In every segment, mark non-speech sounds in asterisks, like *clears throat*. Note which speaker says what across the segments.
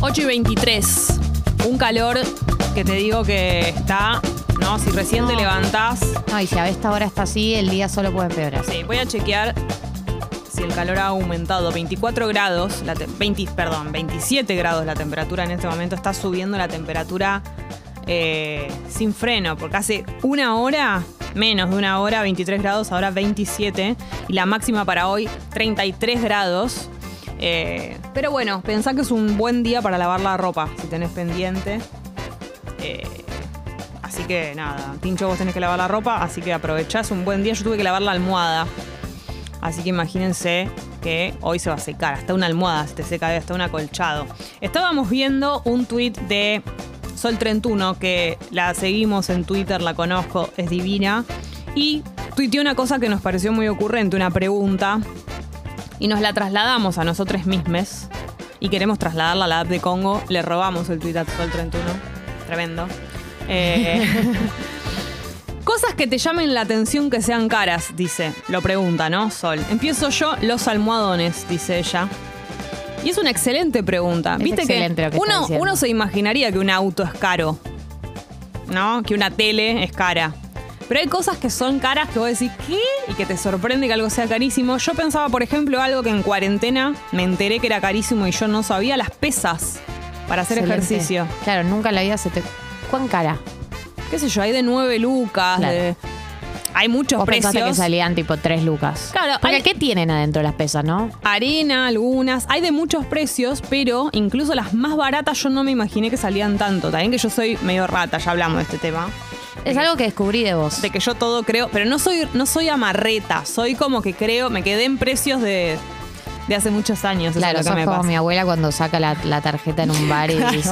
Speaker 1: 8 y 23. Un calor que te digo que está, ¿no? Si recién te
Speaker 2: No.
Speaker 1: levantás.
Speaker 2: No, y si a esta hora está así, el día solo puede empeorar.
Speaker 1: Sí, voy a chequear si el calor ha aumentado. 24 grados, la te- 20, perdón, 27 grados la temperatura en este momento. Está subiendo la temperatura eh, sin freno, porque hace una hora, menos de una hora, 23 grados, ahora 27. Y la máxima para hoy, 33 grados. Eh, pero bueno, pensá que es un buen día para lavar la ropa, si tenés pendiente. Eh, así que nada, Tincho, vos tenés que lavar la ropa, así que aprovechás un buen día. Yo tuve que lavar la almohada. Así que imagínense que hoy se va a secar, hasta una almohada se te seca, hasta un acolchado. Estábamos viendo un tuit de Sol 31, que la seguimos en Twitter, la conozco, es divina. Y tuiteó una cosa que nos pareció muy ocurrente, una pregunta. Y nos la trasladamos a nosotros mismos. Y queremos trasladarla a la app de Congo. Le robamos el tuit a Sol 31. Tremendo. Eh, *laughs* Cosas que te llamen la atención que sean caras, dice. Lo pregunta, ¿no? Sol. Empiezo yo, los almohadones, dice ella. Y es una excelente pregunta.
Speaker 2: Es
Speaker 1: Viste
Speaker 2: excelente lo que está
Speaker 1: uno,
Speaker 2: diciendo.
Speaker 1: uno se imaginaría que un auto es caro, ¿no? Que una tele es cara. Pero hay cosas que son caras que vos decís, ¿qué? Y que te sorprende que algo sea carísimo. Yo pensaba, por ejemplo, algo que en cuarentena me enteré que era carísimo y yo no sabía, las pesas para hacer
Speaker 2: Excelente.
Speaker 1: ejercicio.
Speaker 2: Claro, nunca en la vida se te. ¿Cuán cara?
Speaker 1: qué sé yo, hay de 9 lucas,
Speaker 2: Claro.
Speaker 1: de- hay muchos
Speaker 2: Vos
Speaker 1: precios.
Speaker 2: pensaste que salían tipo tres lucas.
Speaker 1: Claro,
Speaker 2: Porque
Speaker 1: hay-
Speaker 2: ¿qué tienen adentro las pesas, no?
Speaker 1: Arena, algunas, hay de muchos precios, pero incluso las más baratas yo no me imaginé que salían tanto. También que yo soy medio rata, ya hablamos de este tema.
Speaker 2: Es algo que descubrí de vos.
Speaker 1: De que yo todo creo, pero no soy, no soy amarreta, soy como que creo, me quedé en precios de, de hace muchos años. eso es
Speaker 2: Claro,
Speaker 1: lo que
Speaker 2: sos
Speaker 1: me
Speaker 2: como
Speaker 1: pasa.
Speaker 2: mi abuela cuando saca la, la tarjeta en un bar y
Speaker 1: Claro.
Speaker 2: dice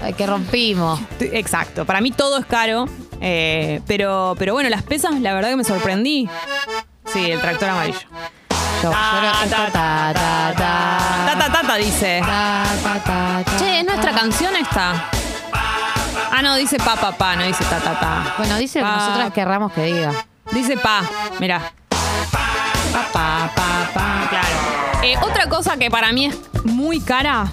Speaker 2: "Ay, que rompimos.
Speaker 1: T- Exacto, para mí todo es caro, eh, pero, pero bueno, las pesas la verdad que me sorprendí. Sí, el tractor amarillo.
Speaker 2: Yo,
Speaker 1: Ta,
Speaker 2: yo-
Speaker 1: ta,
Speaker 2: ta, ta, ta,
Speaker 1: Tata, tata, dice.
Speaker 2: ta, ta, ta, ta.
Speaker 1: Che, ¿es nuestra canción esta? Ah, no, dice pa, pa, pa, no dice ta, ta, ta.
Speaker 2: Bueno, dice lo que
Speaker 1: Pa.
Speaker 2: nosotras querramos que diga.
Speaker 1: Dice pa, mirá. Pa, pa, pa, pa, claro. Eh, otra cosa que para mí es muy cara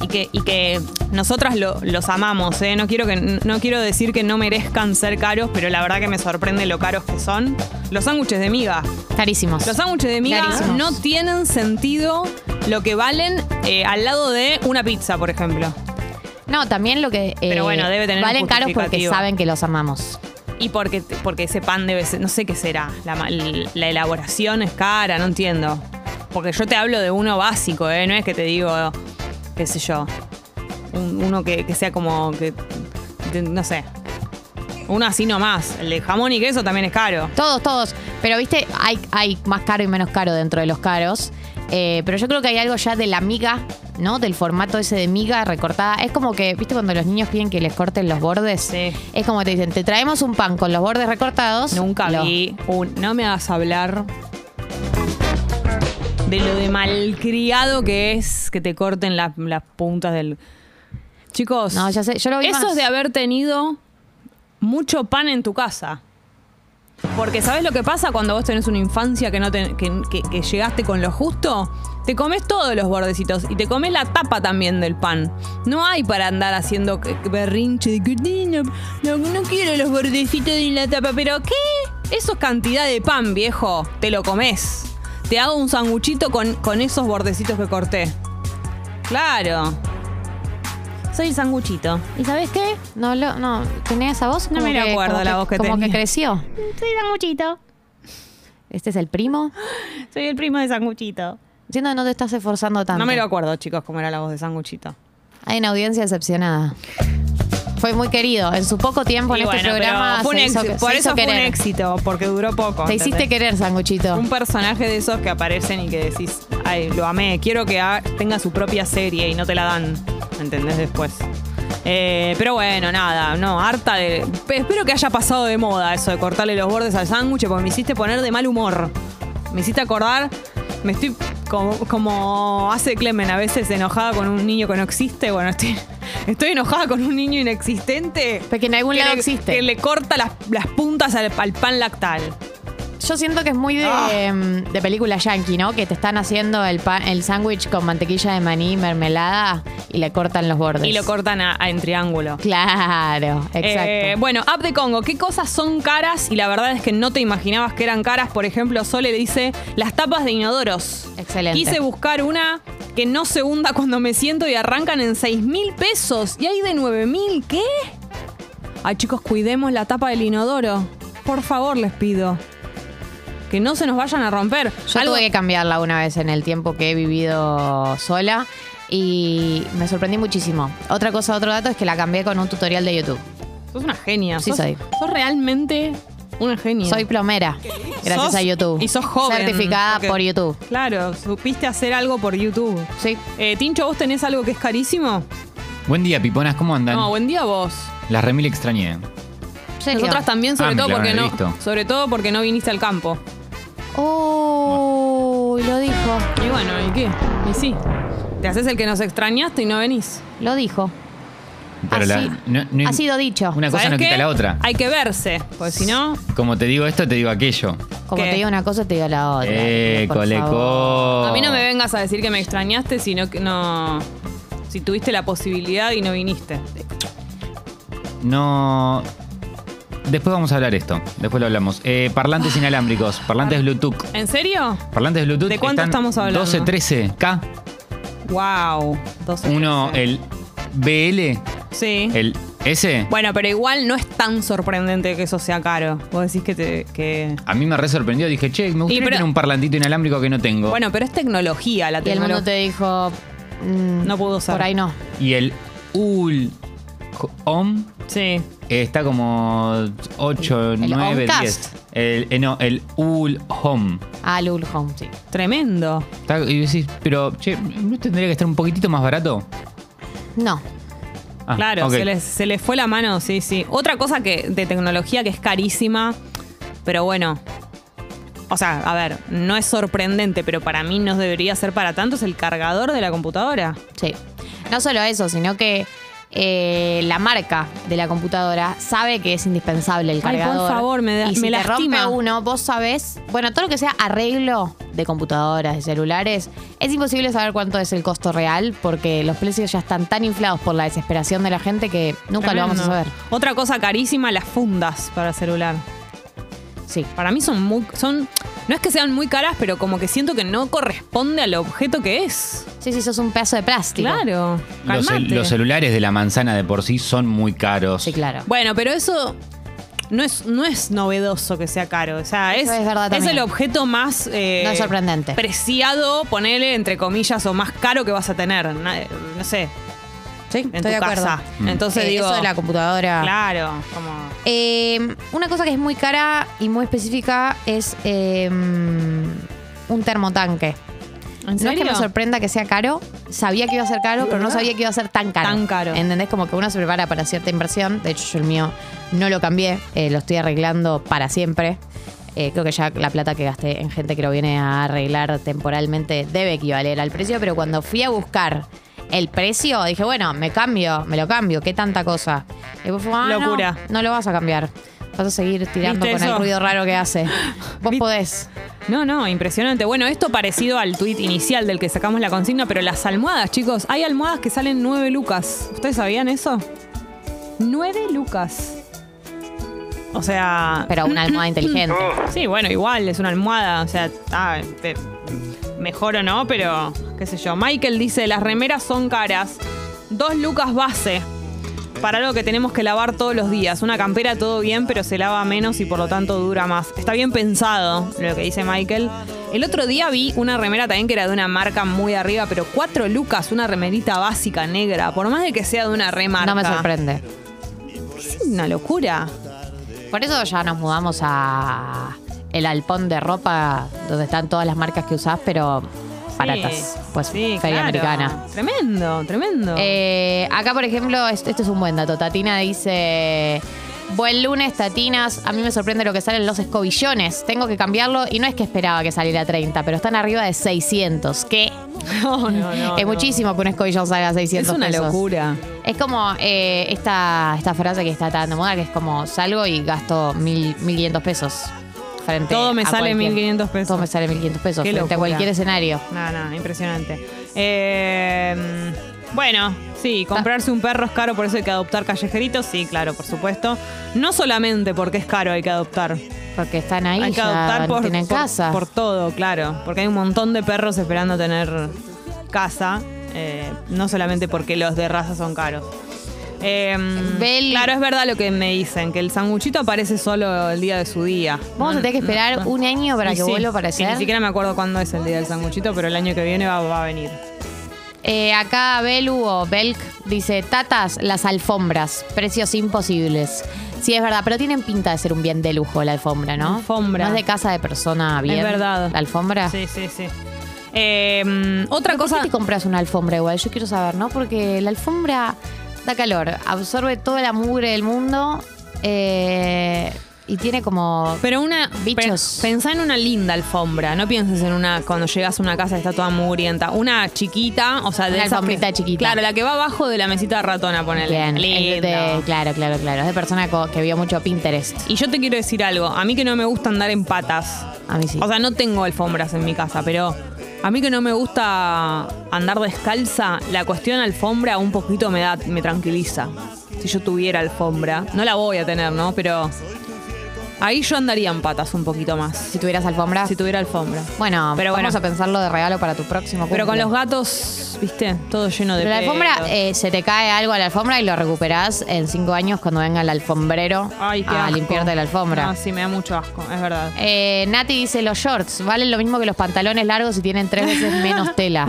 Speaker 1: y que, y que nosotras lo- los amamos, ¿eh? No quiero, que, no quiero decir que no merezcan ser caros, pero la verdad que me sorprende lo caros que son. Los sándwiches de miga.
Speaker 2: Carísimos.
Speaker 1: Los sándwiches de miga
Speaker 2: Carísimos.
Speaker 1: no tienen sentido lo que valen eh, al lado de una pizza, por ejemplo.
Speaker 2: No, también lo que. eh,
Speaker 1: Pero bueno, debe tener un
Speaker 2: Valen caros porque
Speaker 1: justificativo.
Speaker 2: saben que los amamos.
Speaker 1: Y porque, porque ese pan debe ser, no sé qué será, la, ma- la elaboración es cara, no entiendo. Porque yo te hablo de uno básico, ¿eh? No es que te digo, qué sé yo, un- uno que, que sea como, que, de- no sé, uno así nomás. El de jamón y queso también es caro.
Speaker 2: Todos, todos. Pero viste, hay, hay más caro y menos caro dentro de los caros. Eh, pero yo creo que hay algo ya de la miga, ¿no? Del formato ese de miga recortada. Es como que, viste, cuando los niños piden que les corten los bordes.
Speaker 1: Sí.
Speaker 2: Es como te dicen, te traemos un pan con los bordes recortados.
Speaker 1: Nunca
Speaker 2: Lo-
Speaker 1: vi un, no me hagas hablar de lo de malcriado que es que te corten las- las puntas del... Chicos,
Speaker 2: No, ya sé, yo lo vi
Speaker 1: Eso
Speaker 2: más.
Speaker 1: es de haber tenido mucho pan en tu casa. Porque ¿sabes lo que pasa cuando vos tenés una infancia que, no te- que, que- que llegaste con lo justo? Te comes todos los bordecitos y te comes la tapa también del pan. No hay para andar haciendo que- que berrinche de que "Ni, no, no- no quiero los bordecitos ni la tapa, pero ¿qué? Eso es cantidad de pan, viejo. Te lo comes. Te hago un sanguchito con, con esos bordecitos que corté. Claro. Soy el sanguchito.
Speaker 2: ¿Y sabes qué? No, lo- no, ¿tenía esa voz?
Speaker 1: No
Speaker 2: Como
Speaker 1: me la
Speaker 2: que-
Speaker 1: acuerdo
Speaker 2: como
Speaker 1: la voz que
Speaker 2: Como que
Speaker 1: tenía.
Speaker 2: creció.
Speaker 1: Soy sanguchito.
Speaker 2: Este es el primo.
Speaker 1: Soy el primo de Sanguchito.
Speaker 2: Siento que no te estás esforzando tanto.
Speaker 1: No me lo acuerdo, chicos, cómo era la voz de Sanguchito.
Speaker 2: Hay una audiencia decepcionada. Fue muy querido. En su poco tiempo en
Speaker 1: Y
Speaker 2: este
Speaker 1: bueno,
Speaker 2: programa
Speaker 1: pero fue un
Speaker 2: se hizo,
Speaker 1: éxito.
Speaker 2: se
Speaker 1: por
Speaker 2: hizo
Speaker 1: eso fue un
Speaker 2: querer.
Speaker 1: éxito, porque duró poco.
Speaker 2: Te
Speaker 1: ¿entendés?
Speaker 2: hiciste querer, Sanguchito.
Speaker 1: Un personaje de esos que aparecen y que decís, ay, lo amé, quiero que ha- tenga su propia serie y no te la dan, ¿entendés? Después. Eh, pero bueno, nada, no, harta de... pe- Espero que haya pasado de moda eso de cortarle los bordes al sándwich, porque me hiciste poner de mal humor. Me hiciste acordar, me estoy como, como hace Clemen a veces enojada con un niño que no existe, bueno, estoy, estoy enojada con un niño inexistente.
Speaker 2: Porque en algún
Speaker 1: que
Speaker 2: lado
Speaker 1: le-
Speaker 2: existe.
Speaker 1: Que le corta las, las puntas al- al pan lactal.
Speaker 2: Yo siento que es muy de,
Speaker 1: Ah.
Speaker 2: em, de película yankee, ¿no? Que te están haciendo el, pa- el sándwich con mantequilla de maní, mermelada y le cortan los bordes.
Speaker 1: Y lo cortan a- a- en triángulo.
Speaker 2: Claro, exacto.
Speaker 1: Eh, bueno, app de Congo, ¿qué cosas son caras? Y la verdad es que no te imaginabas que eran caras. Por ejemplo, Sole dice las tapas de inodoros.
Speaker 2: Excelente.
Speaker 1: Quise buscar una que no se hunda cuando me siento y arrancan en 6 mil pesos. Y hay de 9 mil, ¿qué? Ay, chicos, cuidemos la tapa del inodoro. Por favor, les pido. Que no se nos vayan a romper.
Speaker 2: Yo
Speaker 1: Algo-
Speaker 2: tuve que cambiarla una vez en el tiempo que he vivido sola y me sorprendí muchísimo. Otra cosa, otro dato es que la cambié con un tutorial de YouTube.
Speaker 1: Sos una genia.
Speaker 2: Sí
Speaker 1: sos,
Speaker 2: soy.
Speaker 1: Sos realmente una genia.
Speaker 2: Soy plomera, gracias
Speaker 1: Sos-
Speaker 2: a YouTube.
Speaker 1: Y sos joven.
Speaker 2: Certificada
Speaker 1: porque-
Speaker 2: por YouTube.
Speaker 1: Claro, supiste hacer algo por YouTube.
Speaker 2: Sí.
Speaker 1: Eh, Tincho, ¿vos tenés algo que es carísimo?
Speaker 3: Buen día, piponas, ¿cómo andan?
Speaker 1: No, buen día vos.
Speaker 3: Las remil extrañé.
Speaker 2: serio.
Speaker 1: Nosotras también, sobre
Speaker 3: Ah, me
Speaker 1: todo porque
Speaker 3: clavaron
Speaker 1: no.
Speaker 3: el visto.
Speaker 1: Sobre todo porque no viniste al campo.
Speaker 2: Uy, lo dijo.
Speaker 1: Y bueno, ¿y qué? Y sí. Te haces el que nos extrañaste y no venís.
Speaker 2: Lo dijo.
Speaker 3: Pero
Speaker 2: Así-
Speaker 3: la- no- no-
Speaker 2: ha sido dicho.
Speaker 3: Una cosa
Speaker 1: ¿Sabés
Speaker 3: no
Speaker 1: qué?
Speaker 3: quita la otra.
Speaker 1: Hay que verse, porque si no.
Speaker 3: Como te digo esto, te digo aquello.
Speaker 2: Como
Speaker 1: ¿Qué?
Speaker 2: te digo una cosa, te digo la otra.
Speaker 3: Eh,
Speaker 2: por favor.
Speaker 3: coleco.
Speaker 1: A mí no me vengas a decir que me extrañaste, sino que no. Si tuviste la posibilidad y no viniste.
Speaker 3: No. Después vamos a hablar esto. Después lo hablamos. Eh, parlantes inalámbricos, parlantes Bluetooth.
Speaker 1: ¿En serio?
Speaker 3: Parlantes Bluetooth.
Speaker 1: Ah. ¿De cuánto
Speaker 3: están
Speaker 1: estamos hablando?
Speaker 3: 12, 13, K.
Speaker 1: Wow. 12,
Speaker 3: Uno,
Speaker 1: 13.
Speaker 3: el BL,
Speaker 1: Sí.
Speaker 3: el S.
Speaker 1: Bueno, pero igual no es tan sorprendente que eso sea caro. Vos decís que te. Que...
Speaker 3: A mí me re sorprendió. Dije, che, me gustaría
Speaker 1: pero-
Speaker 3: tener un parlantito inalámbrico que no tengo.
Speaker 1: Bueno, pero es tecnología la
Speaker 2: Y el mundo
Speaker 1: tecnología.
Speaker 2: te dijo. mm,
Speaker 1: No pudo ser.
Speaker 2: Por ahí no.
Speaker 3: Y el UL. OM.
Speaker 1: Sí.
Speaker 3: Eh, Está como 8,
Speaker 2: El- el
Speaker 3: 9,
Speaker 2: Homecast.
Speaker 3: 10. El, eh, no, el UL Home.
Speaker 2: Ah, Lul Home, sí.
Speaker 1: Tremendo.
Speaker 3: Está- y decís, pero, che, ¿no tendría que estar un poquitito más barato?
Speaker 2: No.
Speaker 3: Ah,
Speaker 1: claro,
Speaker 3: ok.
Speaker 1: se, les, se les fue la mano, sí, sí. Otra cosa que de tecnología que es carísima, pero bueno. O sea, a ver, no es sorprendente, pero para mí no debería ser para tanto, es el cargador de la computadora.
Speaker 2: Sí. No solo eso, sino que eh, la marca de la computadora sabe que es indispensable el
Speaker 1: Ay, por
Speaker 2: cargador.
Speaker 1: favor, me da-
Speaker 2: y si
Speaker 1: me
Speaker 2: te
Speaker 1: lastima.
Speaker 2: rompe uno, vos sabés. Bueno, todo lo que sea arreglo de computadoras, de celulares, es imposible saber cuánto es el costo real porque los precios ya están tan inflados por la desesperación de la gente que nunca lo vamos a
Speaker 1: Tremendo.
Speaker 2: saber.
Speaker 1: Otra cosa carísima, las fundas para celular.
Speaker 2: Sí.
Speaker 1: Para mí son muy. son. No es que sean muy caras, pero como que siento que no corresponde al objeto que es.
Speaker 2: Sí, sí, sos un pedazo de plástico.
Speaker 1: Claro.
Speaker 3: Los, cel-
Speaker 1: calmate.
Speaker 3: los celulares de la manzana de por sí son muy caros.
Speaker 2: Sí, claro.
Speaker 1: Bueno, pero eso no es, no es novedoso que sea caro. O sea, es,
Speaker 2: Eso es verdad también.
Speaker 1: el objeto más eh,
Speaker 2: No es sorprendente.
Speaker 1: preciado, ponele entre comillas, o más caro que vas a tener. Na- No, sé,
Speaker 2: Sí,
Speaker 1: en tu casa. Entonces
Speaker 2: Eh,
Speaker 1: digo.
Speaker 2: eso de la computadora.
Speaker 1: Claro, como.
Speaker 2: Eh, una cosa que es muy cara y muy específica es eh, un termotanque.
Speaker 1: ¿En
Speaker 2: No es que
Speaker 1: serio?
Speaker 2: me sorprenda que sea caro, sabía que iba a ser caro, pero no sabía que iba a ser tan caro.
Speaker 1: Tan caro.
Speaker 2: ¿Entendés? Como que uno se prepara para cierta inversión. De hecho, yo el mío no lo cambié, eh, lo estoy arreglando para siempre. Eh, creo que ya la plata que gasté en gente que lo viene a arreglar temporalmente debe equivaler al precio, pero cuando fui a buscar el precio, dije, bueno, me cambio, me lo cambio, qué tanta cosa. Y después fue, ah, no,
Speaker 1: Locura.
Speaker 2: No, lo vas a cambiar. Vas a seguir tirando
Speaker 1: ¿Viste
Speaker 2: con el
Speaker 1: eso?
Speaker 2: ruido raro que hace. Vos
Speaker 1: ¿Viste?
Speaker 2: podés.
Speaker 1: No, no, impresionante. Bueno, esto parecido al tuit inicial del que sacamos la consigna, pero las almohadas, chicos, hay almohadas que salen 9 lucas. ¿Ustedes sabían eso? 9 lucas. O sea,
Speaker 2: Pero
Speaker 1: *laughs*
Speaker 2: una almohada inteligente.
Speaker 1: Sí, bueno, igual, es una almohada, o sea, ah, te- mejor o no, pero qué sé yo. Michael dice, las remeras son caras, dos lucas base, para algo que tenemos que lavar todos los días. Una campera todo bien, pero se lava menos y por lo tanto dura más. Está bien pensado lo que dice Michael. El otro día vi una remera también que era de una marca muy arriba, pero cuatro lucas, una remerita básica negra, por más de que sea de una remarca.
Speaker 2: No me sorprende.
Speaker 1: Es una locura.
Speaker 2: Por eso ya nos mudamos a el alpón de ropa donde están todas las marcas que usás, pero baratas. Pues
Speaker 1: sí,
Speaker 2: feria
Speaker 1: claro.
Speaker 2: americana.
Speaker 1: Tremendo, tremendo.
Speaker 2: Eh, acá, por ejemplo, es- esto es un buen dato. Tatina dice. Buen lunes, Tatinas. A mí me sorprende lo que salen los escobillones. Tengo que cambiarlo y no es que esperaba que saliera 30, pero están arriba de 600. ¿Qué?
Speaker 1: No, no, no,
Speaker 2: es
Speaker 1: no.
Speaker 2: muchísimo que un escobillón salga a 600
Speaker 1: Es una
Speaker 2: pesos.
Speaker 1: locura.
Speaker 2: Es como eh, esta, esta frase que está tan de moda, que es como salgo y gasto mil, 1.500 pesos. frente
Speaker 1: Todo me
Speaker 2: a
Speaker 1: sale
Speaker 2: cualquier-
Speaker 1: 1.500 pesos.
Speaker 2: Todo me sale 1.500 pesos
Speaker 1: Qué
Speaker 2: frente a
Speaker 1: locura.
Speaker 2: cualquier escenario.
Speaker 1: No, no, impresionante. Eh, bueno, sí, comprarse un perro es caro, por eso hay que adoptar callejeritos. Sí, claro, por supuesto. No solamente porque es caro hay que adoptar.
Speaker 2: Porque están ahí,
Speaker 1: hay que
Speaker 2: ya
Speaker 1: adoptar
Speaker 2: no
Speaker 1: por,
Speaker 2: tienen
Speaker 1: por-
Speaker 2: casa.
Speaker 1: por todo, claro. Porque hay un montón de perros esperando tener casa. eh, no solamente porque los de raza son caros. Eh,
Speaker 2: Bel-
Speaker 1: claro, es verdad lo que me dicen, que el sanguchito aparece solo el día de su día.
Speaker 2: Vamos a tener que esperar un año para
Speaker 1: Y
Speaker 2: que
Speaker 1: sí,
Speaker 2: vuelva a
Speaker 1: y
Speaker 2: aparecer.
Speaker 1: Ni siquiera me acuerdo cuándo es el día del sanguchito, pero el año que viene va, va a venir.
Speaker 2: Eh, acá Belu o Belk dice, tatas, las alfombras, precios imposibles. Sí, es verdad, pero tienen pinta de ser un bien de lujo la alfombra, ¿no?
Speaker 1: Alfombra.
Speaker 2: No es de casa de persona bien.
Speaker 1: Es verdad.
Speaker 2: La alfombra.
Speaker 1: Sí, sí, sí. Eh, mm, otra
Speaker 2: Pero ¿Por
Speaker 1: cosa.
Speaker 2: qué te compras una alfombra igual? Yo quiero saber, ¿no? Porque la alfombra da calor, absorbe toda la mugre del mundo eh, y tiene como...
Speaker 1: Pero una.
Speaker 2: Bichos.
Speaker 1: pe- pensá en una linda alfombra. No pienses en una. Cuando llegas a una casa que está toda mugrienta. Una chiquita, o sea, de
Speaker 2: Una
Speaker 1: esas que-
Speaker 2: alfombrita chiquita.
Speaker 1: Claro, la que va abajo de la mesita de ratona, ponele.
Speaker 2: Bien, es
Speaker 1: Lindo.
Speaker 2: de- claro, claro, claro. Es de persona co- que vio mucho Pinterest.
Speaker 1: Y yo te quiero decir algo. A mí que no me gusta andar en patas.
Speaker 2: A mí sí.
Speaker 1: O sea, no tengo alfombras en mi casa, pero a mí que no me gusta andar descalza, la cuestión alfombra un poquito me da, me tranquiliza. Si yo tuviera alfombra, no la voy a tener, ¿no? Pero ahí yo andaría en patas un poquito más.
Speaker 2: si tuvieras alfombra...
Speaker 1: Si tuviera alfombra.
Speaker 2: Bueno,
Speaker 1: Pero
Speaker 2: vamos
Speaker 1: bueno.
Speaker 2: a pensarlo de regalo para tu próximo
Speaker 1: Pero con
Speaker 2: cumple.
Speaker 1: los gatos, viste, todo lleno de
Speaker 2: Pero la
Speaker 1: pelo.
Speaker 2: alfombra, eh, se te cae algo a la alfombra y lo recuperás en cinco años cuando venga el alfombrero
Speaker 1: Ay, qué
Speaker 2: a
Speaker 1: asco.
Speaker 2: ah, limpiarte la alfombra.
Speaker 1: No, sí, me da mucho asco, es
Speaker 2: *laughs*
Speaker 1: verdad.
Speaker 2: Eh, Nati dice, los shorts valen lo mismo que los pantalones largos y tienen tres veces
Speaker 1: *laughs*
Speaker 2: menos tela.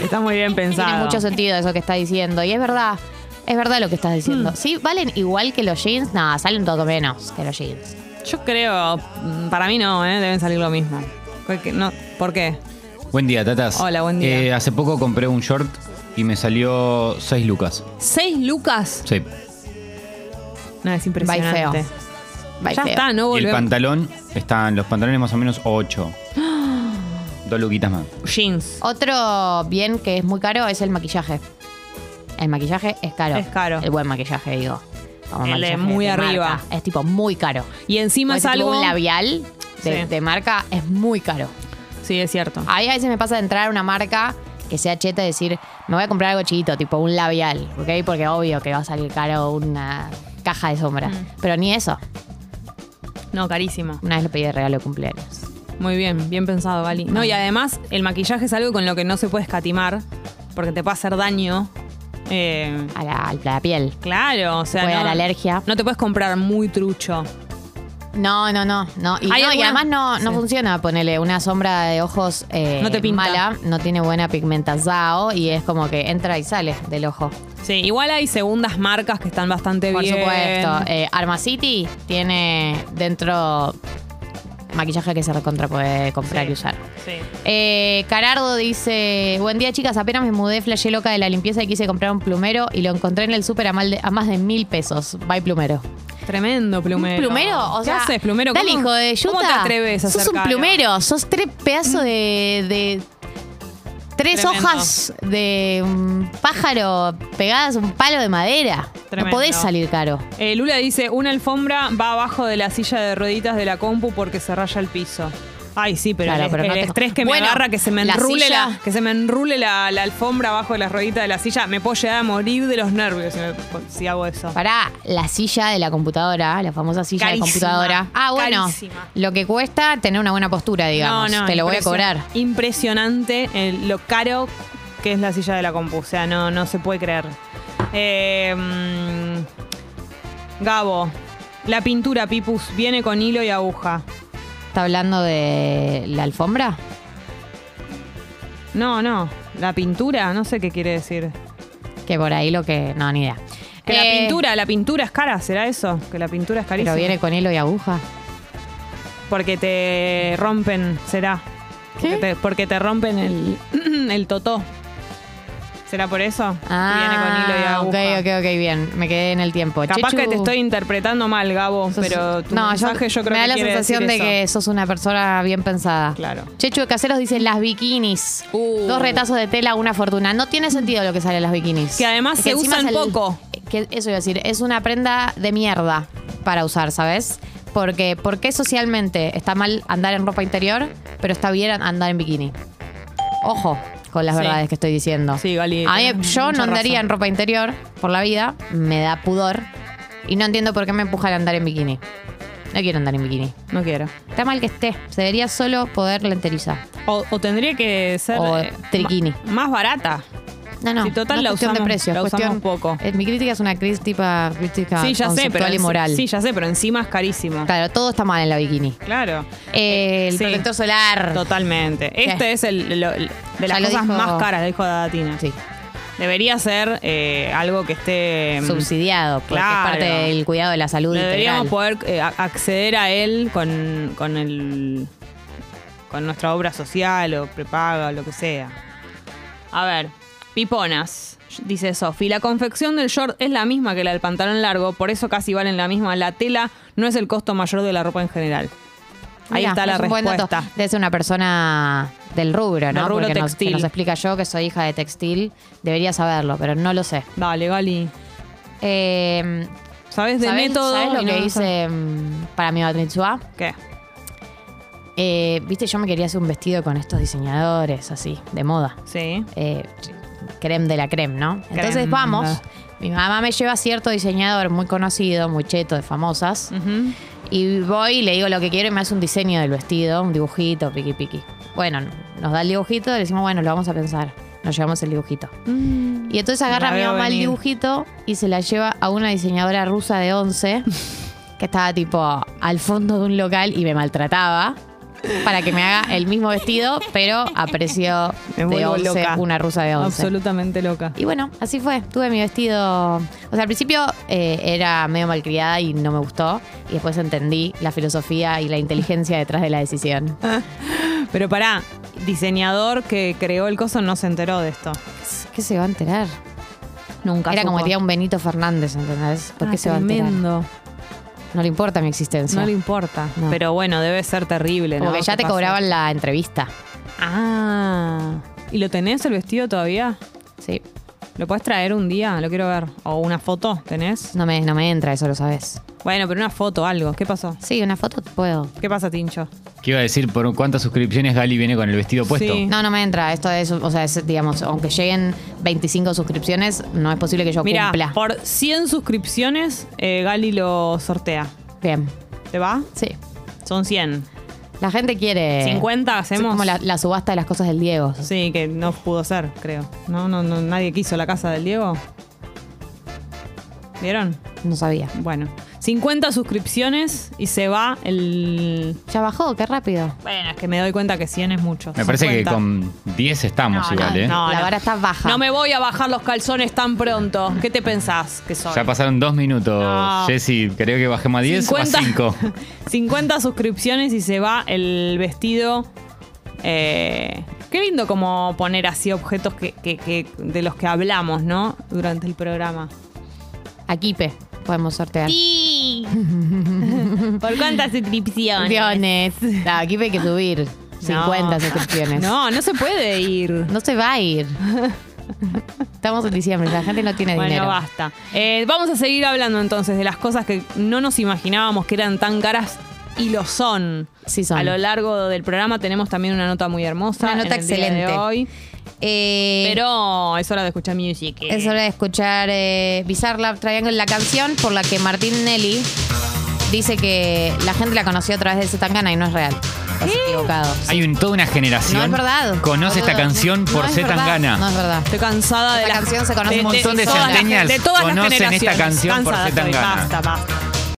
Speaker 1: Está muy bien pensado.
Speaker 2: Tiene mucho sentido eso que está diciendo. Y es verdad, es verdad lo que estás diciendo.
Speaker 1: Mm.
Speaker 2: Sí, valen igual que los jeans. No, salen un poco menos que los jeans.
Speaker 1: Yo creo, mm, para mí no, ¿eh? deben salir lo mismo. Porque no- ¿Por qué?
Speaker 3: Buen día, tatas.
Speaker 1: Hola, buen día.
Speaker 3: Eh, hace poco compré un short y me salió 6 lucas.
Speaker 1: ¿Seis lucas?
Speaker 3: Sí.
Speaker 1: No, es impresionante.
Speaker 2: Bye feo. Bye,
Speaker 1: ya
Speaker 2: feo.
Speaker 1: está, no
Speaker 3: Y el
Speaker 1: volvemos.
Speaker 3: pantalón, están los pantalones más o menos 8.
Speaker 1: *gasps*
Speaker 3: Dos luquitas más.
Speaker 1: Jeans.
Speaker 2: Otro bien que es muy caro es el maquillaje. El maquillaje es caro.
Speaker 1: Es caro.
Speaker 2: El buen maquillaje, digo. Como
Speaker 1: El de
Speaker 2: maquillaje
Speaker 1: muy
Speaker 2: de
Speaker 1: arriba.
Speaker 2: marca. Es tipo muy caro.
Speaker 1: Y encima
Speaker 2: Como
Speaker 1: es
Speaker 2: ese tipo
Speaker 1: algo.
Speaker 2: Un labial de,
Speaker 1: Sí.
Speaker 2: de marca es muy caro.
Speaker 1: Sí, es cierto.
Speaker 2: A mí a veces me pasa de entrar a una marca que sea cheta y decir, me voy a comprar algo chiquito, tipo un labial, ¿ok? Porque obvio que va a salir caro una caja de sombra.
Speaker 1: Mm.
Speaker 2: Pero ni eso.
Speaker 1: No, carísimo.
Speaker 2: Una vez le pedí de regalo de cumpleaños.
Speaker 1: Muy bien, bien pensado, Vali. No, y
Speaker 2: Ah.
Speaker 1: además, el maquillaje es algo con lo que no se puede escatimar, porque te puede hacer daño. Eh,
Speaker 2: A la, a la piel.
Speaker 1: claro, o sea.
Speaker 2: Puede
Speaker 1: no,
Speaker 2: dar alergia.
Speaker 1: No te puedes comprar muy trucho.
Speaker 2: No, no, no. no. Y,
Speaker 1: Hay
Speaker 2: no, y
Speaker 1: algunas-
Speaker 2: además no, no
Speaker 1: Sí.
Speaker 2: funciona ponerle una sombra de ojos eh,
Speaker 1: No te pinta.
Speaker 2: mala, no tiene buena pigmentación y es como que entra y sale del ojo.
Speaker 1: Sí, igual hay segundas marcas que están bastante
Speaker 2: Por
Speaker 1: bien.
Speaker 2: supuesto. Eh, Arma City tiene dentro maquillaje que se recontra puede comprar
Speaker 1: Sí.
Speaker 2: y usar.
Speaker 1: Sí.
Speaker 2: Eh, Carardo dice, buen día chicas, apenas me mudé, flashé loca de la limpieza y quise comprar un plumero y lo encontré en el súper a, mal de- a más de mil pesos. Bye plumero.
Speaker 1: Tremendo plumero.
Speaker 2: ¿Un plumero? O
Speaker 1: ¿Qué
Speaker 2: sea,
Speaker 1: haces, plumero?
Speaker 2: Dale,
Speaker 1: ¿Cómo-
Speaker 2: hijo de
Speaker 1: ¿Cómo te
Speaker 2: yuta.
Speaker 1: atreves a
Speaker 2: Sos
Speaker 1: hacer
Speaker 2: un
Speaker 1: caro?
Speaker 2: plumero. Sos tres pedazos de... de- tres
Speaker 1: Tremendo.
Speaker 2: hojas de un pájaro pegadas a un palo de madera. No
Speaker 1: Tremendo.
Speaker 2: podés salir caro.
Speaker 1: Eh, Lula dice, una alfombra va abajo de la silla de rueditas de la compu porque se raya el piso. Ay, sí, pero,
Speaker 2: Claro,
Speaker 1: el,
Speaker 2: pero
Speaker 1: el
Speaker 2: no te-
Speaker 1: estrés que
Speaker 2: Bueno,
Speaker 1: me agarra, que se me
Speaker 2: la
Speaker 1: enrule, la,
Speaker 2: silla-
Speaker 1: que se me enrule la, la alfombra abajo de las rueditas de la silla, me puedo llegar a morir de los nervios si, me- si hago eso.
Speaker 2: Pará, la silla de la computadora, la famosa silla
Speaker 1: Carísima,
Speaker 2: de computadora. Ah, bueno,
Speaker 1: carísima.
Speaker 2: lo que cuesta tener una buena postura, digamos. Te lo voy a
Speaker 1: impresion-
Speaker 2: cobrar.
Speaker 1: Impresionante eh, lo caro que es la silla de la compu. O sea, no, no se puede creer. Eh, mm, Gabo, la pintura, Pipus, viene con hilo y aguja.
Speaker 2: ¿Está hablando de la alfombra?
Speaker 1: No, no. La pintura, no sé qué quiere decir.
Speaker 2: Que por ahí lo que. No, ni idea.
Speaker 1: Que la
Speaker 2: Eh,
Speaker 1: pintura, la pintura es cara, ¿será eso? Que la pintura es carísima.
Speaker 2: Pero viene con hilo y aguja.
Speaker 1: Porque te rompen, será.
Speaker 2: ¿Qué?
Speaker 1: Porque te, porque te rompen el, *clears throat* el totó. ¿Será por eso? Que
Speaker 2: Ah,
Speaker 1: viene con hilo y aguja.
Speaker 2: Ok, ok, ok, bien. Me quedé en el tiempo.
Speaker 1: Capaz
Speaker 2: Chechu,
Speaker 1: que te estoy interpretando mal, Gabo,
Speaker 2: sos-
Speaker 1: pero tu
Speaker 2: no, yo,
Speaker 1: mensaje yo, creo
Speaker 2: me da
Speaker 1: que
Speaker 2: la
Speaker 1: quiere
Speaker 2: sensación de
Speaker 1: decir
Speaker 2: que
Speaker 1: eso.
Speaker 2: sos una persona bien pensada.
Speaker 1: Claro.
Speaker 2: Chechu de Caseros dice las bikinis.
Speaker 1: Uh.
Speaker 2: Dos retazos de tela, una fortuna. No tiene sentido lo que sale en las bikinis.
Speaker 1: Que además se
Speaker 2: encima
Speaker 1: usan
Speaker 2: es
Speaker 1: poco.
Speaker 2: Que eso iba a decir, es una prenda de mierda para usar, ¿sabes? porque ¿por qué socialmente está mal andar en ropa interior, pero está bien andar en bikini? Ojo con las
Speaker 1: Sí.
Speaker 2: verdades que estoy diciendo.
Speaker 1: Sí, Gali,
Speaker 2: A mí,
Speaker 1: tenés
Speaker 2: yo
Speaker 1: mucha
Speaker 2: no andaría
Speaker 1: razón.
Speaker 2: en ropa interior por la vida, me da pudor y no entiendo por qué me empujan a andar en bikini. No quiero andar en bikini.
Speaker 1: No quiero.
Speaker 2: Está mal que esté, se debería solo poder lenterizar.
Speaker 1: O, o tendría que ser.
Speaker 2: O
Speaker 1: eh,
Speaker 2: triquini.
Speaker 1: ma- Más barata.
Speaker 2: No, no.
Speaker 1: Sí, total,
Speaker 2: no es
Speaker 1: la
Speaker 2: cuestión
Speaker 1: usamos-
Speaker 2: de precio, es
Speaker 1: la usamos
Speaker 2: cuestión,
Speaker 1: poco.
Speaker 2: eh, mi crítica es una crítica, crítica
Speaker 1: sí, ya sé, pero.
Speaker 2: conceptual y
Speaker 1: en-
Speaker 2: moral.
Speaker 1: Sí, ya sé, pero encima es carísimo.
Speaker 2: Claro, todo está mal en la bikini.
Speaker 1: Claro.
Speaker 2: Eh, el
Speaker 1: Sí.
Speaker 2: protector solar.
Speaker 1: Totalmente. Este es el, lo- el- de
Speaker 2: Ya
Speaker 1: las
Speaker 2: lo
Speaker 1: cosas
Speaker 2: dijo-
Speaker 1: más caras, dijo Datina.
Speaker 2: Sí,
Speaker 1: Debería ser eh, algo que esté. mm,
Speaker 2: subsidiado, porque
Speaker 1: claro.
Speaker 2: es parte del cuidado de la salud
Speaker 1: Deberíamos
Speaker 2: integral.
Speaker 1: poder eh, a- acceder a él con, con el con nuestra obra social o prepaga o lo que sea. A ver, piponas, dice Sofi. La confección del short es la misma que la del pantalón largo, por eso casi valen la misma. La tela no es el costo mayor de la ropa en general. Ahí
Speaker 2: Mirá,
Speaker 1: está la
Speaker 2: es un buen dato.
Speaker 1: respuesta.
Speaker 2: Debe ser una persona del rubro, ¿no?
Speaker 1: Del rubro
Speaker 2: Porque nos-
Speaker 1: textil.
Speaker 2: que Nos, explica yo que soy hija de textil, debería saberlo, pero no lo sé.
Speaker 1: Dale, Gali.
Speaker 2: Eh,
Speaker 1: ¿Sabes de
Speaker 2: ¿sabés,
Speaker 1: método?
Speaker 2: sabés lo
Speaker 1: Y no
Speaker 2: que
Speaker 1: vas a-
Speaker 2: hice mm, para mi bat mitzvah?
Speaker 1: ¿Qué?
Speaker 2: Eh, Viste, yo me quería hacer un vestido con estos diseñadores así, de moda.
Speaker 1: Sí.
Speaker 2: eh, creme de la creme, ¿no? Entonces
Speaker 1: Creme.
Speaker 2: vamos. Mi mamá me lleva a cierto diseñador muy conocido, muy cheto, de famosas.
Speaker 1: Ujú.
Speaker 2: Y voy y le digo lo que quiero y me hace un diseño del vestido, un dibujito, piqui piqui. Bueno, nos da el dibujito, le decimos, bueno, lo vamos a pensar. Nos llevamos el dibujito. Y entonces agarra
Speaker 1: La
Speaker 2: a mi
Speaker 1: veo
Speaker 2: mamá el
Speaker 1: venir.
Speaker 2: dibujito y se la lleva a una diseñadora rusa de 11 que estaba tipo al fondo de un local y me maltrataba para que me haga el mismo vestido, pero a precio
Speaker 1: Me
Speaker 2: de
Speaker 1: vuelvo
Speaker 2: 11,
Speaker 1: loca.
Speaker 2: una rusa de 11.
Speaker 1: Absolutamente loca.
Speaker 2: Y bueno, así fue. Tuve mi vestido. O sea, al principio eh, era medio malcriada y no me gustó. Y después entendí la filosofía y la inteligencia detrás de la decisión.
Speaker 1: Pero pará, diseñador que creó el coso no se enteró de esto.
Speaker 2: ¿Qué se va a enterar?
Speaker 1: Nunca.
Speaker 2: Era como tenía un Benito Fernández, ¿entendés? ¿Por qué se va a enterar? No le importa mi existencia.
Speaker 1: Ah, No le importa.
Speaker 2: Ah, No.
Speaker 1: Pero bueno, debe ser terrible, ¿no?
Speaker 2: Porque ya
Speaker 1: ¿Qué
Speaker 2: te
Speaker 1: pasa?
Speaker 2: cobraban la entrevista.
Speaker 1: Ah. ¿Y lo tenés el vestido todavía?
Speaker 2: Sí.
Speaker 1: ¿Lo podés traer un día? Lo quiero ver. ¿O una foto tenés?
Speaker 2: No me, no me entra, eso lo sabes.
Speaker 1: Bueno, pero una foto, algo. ¿Qué pasó?
Speaker 2: Sí, una foto te puedo.
Speaker 1: ¿Qué pasa, Tincho?
Speaker 3: ¿Qué iba a decir? ¿Por cuántas suscripciones Gali viene con el vestido puesto?
Speaker 1: Sí.
Speaker 2: No, no me entra. Esto es, o sea, es, digamos, aunque lleguen 25 suscripciones, no es posible que yo
Speaker 1: Mira,
Speaker 2: cumpla.
Speaker 1: por 100 suscripciones, eh, Gali lo sortea.
Speaker 2: Bien.
Speaker 1: ¿Te va?
Speaker 2: Sí.
Speaker 1: Son 100.
Speaker 2: La gente quiere.
Speaker 1: 50
Speaker 2: Es
Speaker 1: hacemos.
Speaker 2: Eh. como la, la subasta de las cosas del Diego.
Speaker 1: Sí, que no pudo ser, creo. No, no, no, nadie quiso la casa del Diego. ¿Vieron?
Speaker 2: No sabía.
Speaker 1: Bueno, 50 suscripciones y se va el.
Speaker 2: Ya bajó, qué rápido.
Speaker 1: Bueno, es que me doy cuenta que 100 es mucho.
Speaker 3: Me parece que
Speaker 1: 50.
Speaker 3: con 10 estamos
Speaker 1: No,
Speaker 3: igual, ¿eh?
Speaker 1: no,
Speaker 2: la vara está baja.
Speaker 1: No me voy a bajar los calzones tan pronto. ¿Qué te pensás que soy?
Speaker 3: Ya pasaron dos minutos,
Speaker 1: No.
Speaker 3: Jessy. Creo que bajemos a 10 o
Speaker 1: *laughs*
Speaker 3: a 5.
Speaker 2: *laughs*
Speaker 1: 50 suscripciones y se va el vestido. Eh, qué lindo como poner así objetos que, que- que- de los que hablamos, ¿no? Durante el programa.
Speaker 2: A Quipe podemos sortear.
Speaker 1: Sí. *laughs* ¿Por cuántas suscripciones?
Speaker 2: Suscripciones. No, a Quipe hay que subir. 50 suscripciones.
Speaker 1: No, no se puede ir.
Speaker 2: No se va a ir. Estamos en diciembre, la gente no tiene
Speaker 1: Bueno,
Speaker 2: dinero.
Speaker 1: basta. Eh, vamos a seguir hablando entonces de las cosas que no nos imaginábamos que eran tan caras y lo son.
Speaker 2: Sí son.
Speaker 1: A lo largo del programa tenemos también una nota muy hermosa.
Speaker 2: Una
Speaker 1: en
Speaker 2: nota
Speaker 1: el día
Speaker 2: excelente.
Speaker 1: de hoy.
Speaker 2: Eh,
Speaker 1: Pero es hora de escuchar music. eh.
Speaker 2: Es hora de escuchar eh, Bizarre Love Triangle, la canción por la que Martín Nelly dice que la gente la conoció a través de Zetangana y no es real. Estás equivocado.
Speaker 3: Hay un- toda una generación.
Speaker 2: No es verdad.
Speaker 3: Conoce esta
Speaker 2: Boludo,
Speaker 3: canción
Speaker 2: no-
Speaker 3: por
Speaker 2: no es
Speaker 3: Z
Speaker 2: verdad,
Speaker 3: Tangana.
Speaker 2: No es verdad.
Speaker 1: Estoy cansada de
Speaker 2: Esta
Speaker 1: las-
Speaker 2: canción se conoce
Speaker 1: de-
Speaker 2: un montón de
Speaker 1: todas las-
Speaker 3: centennials
Speaker 1: de todas las
Speaker 3: conocen esta
Speaker 1: generaciones.
Speaker 3: canción por
Speaker 1: Cansada
Speaker 3: C. Tangana.
Speaker 1: estoy, Basta, basta.